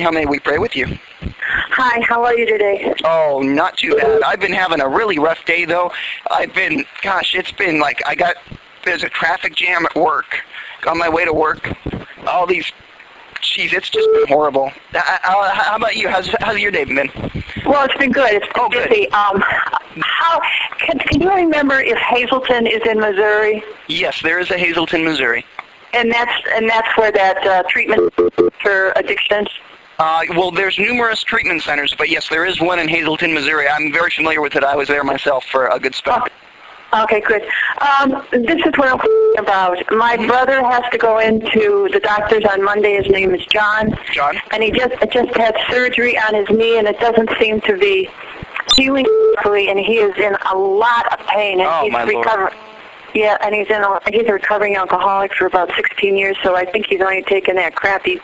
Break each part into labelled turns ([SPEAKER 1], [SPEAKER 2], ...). [SPEAKER 1] How may we pray with you?
[SPEAKER 2] Hi, how are you today?
[SPEAKER 1] Oh, not too bad. I've been having a really rough day though. I've been, gosh, it's been like I got there's a traffic jam at work. On my way to work, all these, geez, it's just been horrible. Uh, uh, how about you? How's how's your day been?
[SPEAKER 2] Well, it's been good. It's been
[SPEAKER 1] Oh, good.
[SPEAKER 2] busy. Um, how can, can you remember if Hazleton is in Missouri,
[SPEAKER 1] Yes, there is a Hazleton, Missouri.
[SPEAKER 2] and that's and that's where that uh, treatment for addictions?
[SPEAKER 1] Uh, well, there's numerous treatment centers, but yes, there is one in Hazleton, Missouri. I'm very familiar with it. I was there myself for a good spell.
[SPEAKER 2] Okay, good. Um, this is what I'm calling about. My
[SPEAKER 1] Mm-hmm.
[SPEAKER 2] brother has to go into the doctor's on Monday. His name is John,
[SPEAKER 1] John?
[SPEAKER 2] and he just just had surgery on his knee, and it doesn't seem to be healing properly, and he is in a lot of pain, and
[SPEAKER 1] Oh,
[SPEAKER 2] he's
[SPEAKER 1] my Lord.
[SPEAKER 2] recovering. Yeah, and he's in a, he's a recovering alcoholic for about 16 years, so I think he's only taken that crappy,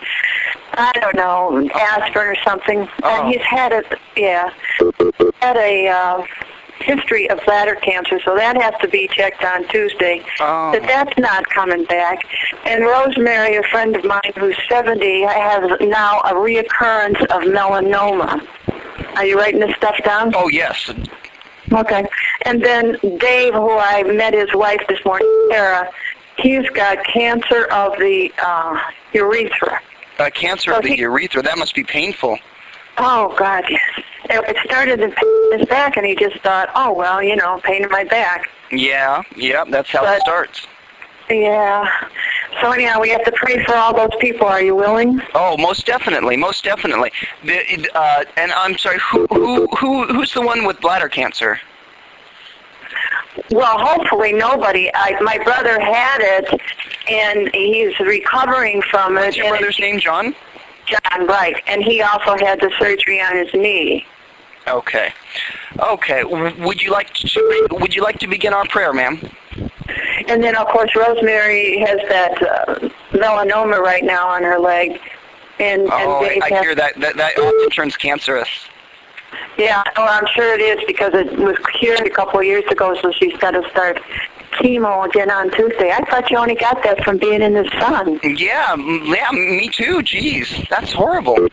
[SPEAKER 2] I don't know, aspirin or something.
[SPEAKER 1] Oh.
[SPEAKER 2] And he's had a yeah, had a uh, history of bladder cancer, so that has to be checked on Tuesday.
[SPEAKER 1] Oh.
[SPEAKER 2] But that's not coming back. And Rosemary, a friend of mine who's 70, has now a reoccurrence of melanoma. Are you writing this stuff down?
[SPEAKER 1] Oh, yes.
[SPEAKER 2] Okay. And then Dave, who I met his wife this morning, Sarah, he's got cancer of the uh, urethra.
[SPEAKER 1] Uh, cancer of
[SPEAKER 2] Oh,
[SPEAKER 1] the
[SPEAKER 2] he-
[SPEAKER 1] urethra. That must be painful.
[SPEAKER 2] Oh, God, yes. It it started in pain in his back, and he just thought, oh, well, you know, pain in my back.
[SPEAKER 1] Yeah, yeah, that's how it
[SPEAKER 2] But-
[SPEAKER 1] starts.
[SPEAKER 2] Yeah. So, anyhow, we have to pray for all those people. Are you willing?
[SPEAKER 1] Oh, most definitely, most definitely. The, uh, and I'm sorry, who, who, who, who's the one with bladder cancer?
[SPEAKER 2] Well, hopefully nobody. I, my brother had it, and he's recovering from
[SPEAKER 1] Is
[SPEAKER 2] it.
[SPEAKER 1] your
[SPEAKER 2] and
[SPEAKER 1] brother's name John?
[SPEAKER 2] John, right. And he also had the surgery on his knee.
[SPEAKER 1] Okay, okay. W- Would you like to, would you like to begin our prayer, ma'am?
[SPEAKER 2] And then, of course, Rosemary has that uh, melanoma right now on her leg. And,
[SPEAKER 1] Oh,
[SPEAKER 2] and
[SPEAKER 1] I,
[SPEAKER 2] Dave
[SPEAKER 1] I
[SPEAKER 2] has-
[SPEAKER 1] hear that that that often turns cancerous.
[SPEAKER 2] Yeah, well, I'm sure it is because it was cured a couple of years ago, so she's got to start chemo again on Tuesday. I thought you only got that from being in the sun.
[SPEAKER 1] Yeah, m- yeah, me too. Jeez, that's horrible.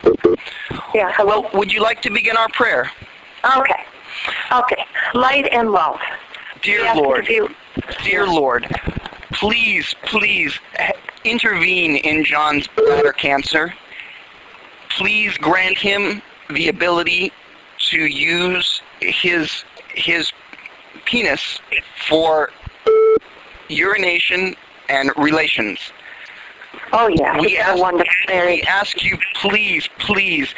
[SPEAKER 2] Yeah,
[SPEAKER 1] Well,
[SPEAKER 2] hello?
[SPEAKER 1] would you like to begin our prayer,
[SPEAKER 2] Okay. Okay. Light and love.
[SPEAKER 1] dear
[SPEAKER 2] We ask you to
[SPEAKER 1] Lord?
[SPEAKER 2] be-
[SPEAKER 1] Dear Lord, please, please eh, intervene in John's bladder cancer. Please grant him the ability to use his his penis for urination and relations.
[SPEAKER 2] Oh, yeah.
[SPEAKER 1] We
[SPEAKER 2] We a
[SPEAKER 1] ask-
[SPEAKER 2] wonderful
[SPEAKER 1] We
[SPEAKER 2] marriage.
[SPEAKER 1] ask you, please, please,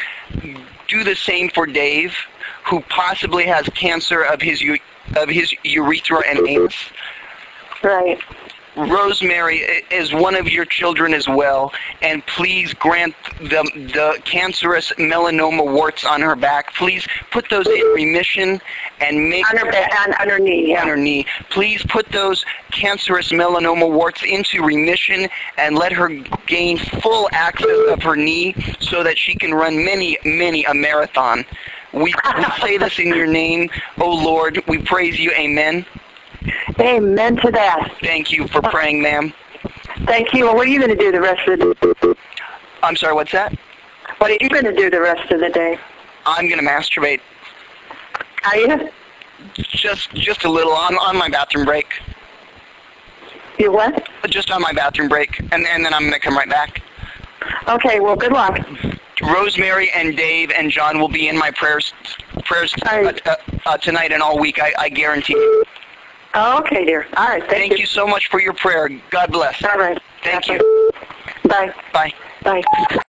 [SPEAKER 1] do the same for Dave, who possibly has cancer of his u- of his urethra and anus.
[SPEAKER 2] Right.
[SPEAKER 1] Rosemary i- is one of your children as well, and please grant the, the cancerous melanoma warts on her back. Please put those in remission and make
[SPEAKER 2] On her, ba- on, on her knee, yeah.
[SPEAKER 1] on her knee. Please put those cancerous melanoma warts into remission and let her gain full access of her knee so that she can run many, many a marathon. We, we say this in your name, O Lord. We praise you. Amen.
[SPEAKER 2] Amen to that.
[SPEAKER 1] Thank you for praying, ma'am.
[SPEAKER 2] Thank you. Well, what are you going to do the rest of the
[SPEAKER 1] I'm sorry, what's that?
[SPEAKER 2] What are you going to do the rest of the day?
[SPEAKER 1] I'm gonna masturbate
[SPEAKER 2] Are you?
[SPEAKER 1] just just a little on on my bathroom break,
[SPEAKER 2] You what?
[SPEAKER 1] just on my bathroom break, and and then I'm gonna come right back.
[SPEAKER 2] Okay, well, good luck.
[SPEAKER 1] Rosemary and Dave and John will be in my prayers prayers
[SPEAKER 2] All
[SPEAKER 1] uh,
[SPEAKER 2] right.
[SPEAKER 1] uh, uh, tonight and all week. I, I guarantee.
[SPEAKER 2] Okay, dear. All right. Thank,
[SPEAKER 1] Thank you so much for your prayer. God bless.
[SPEAKER 2] All right.
[SPEAKER 1] Thank
[SPEAKER 2] Okay.
[SPEAKER 1] you.
[SPEAKER 2] Bye.
[SPEAKER 1] Bye.
[SPEAKER 2] Bye.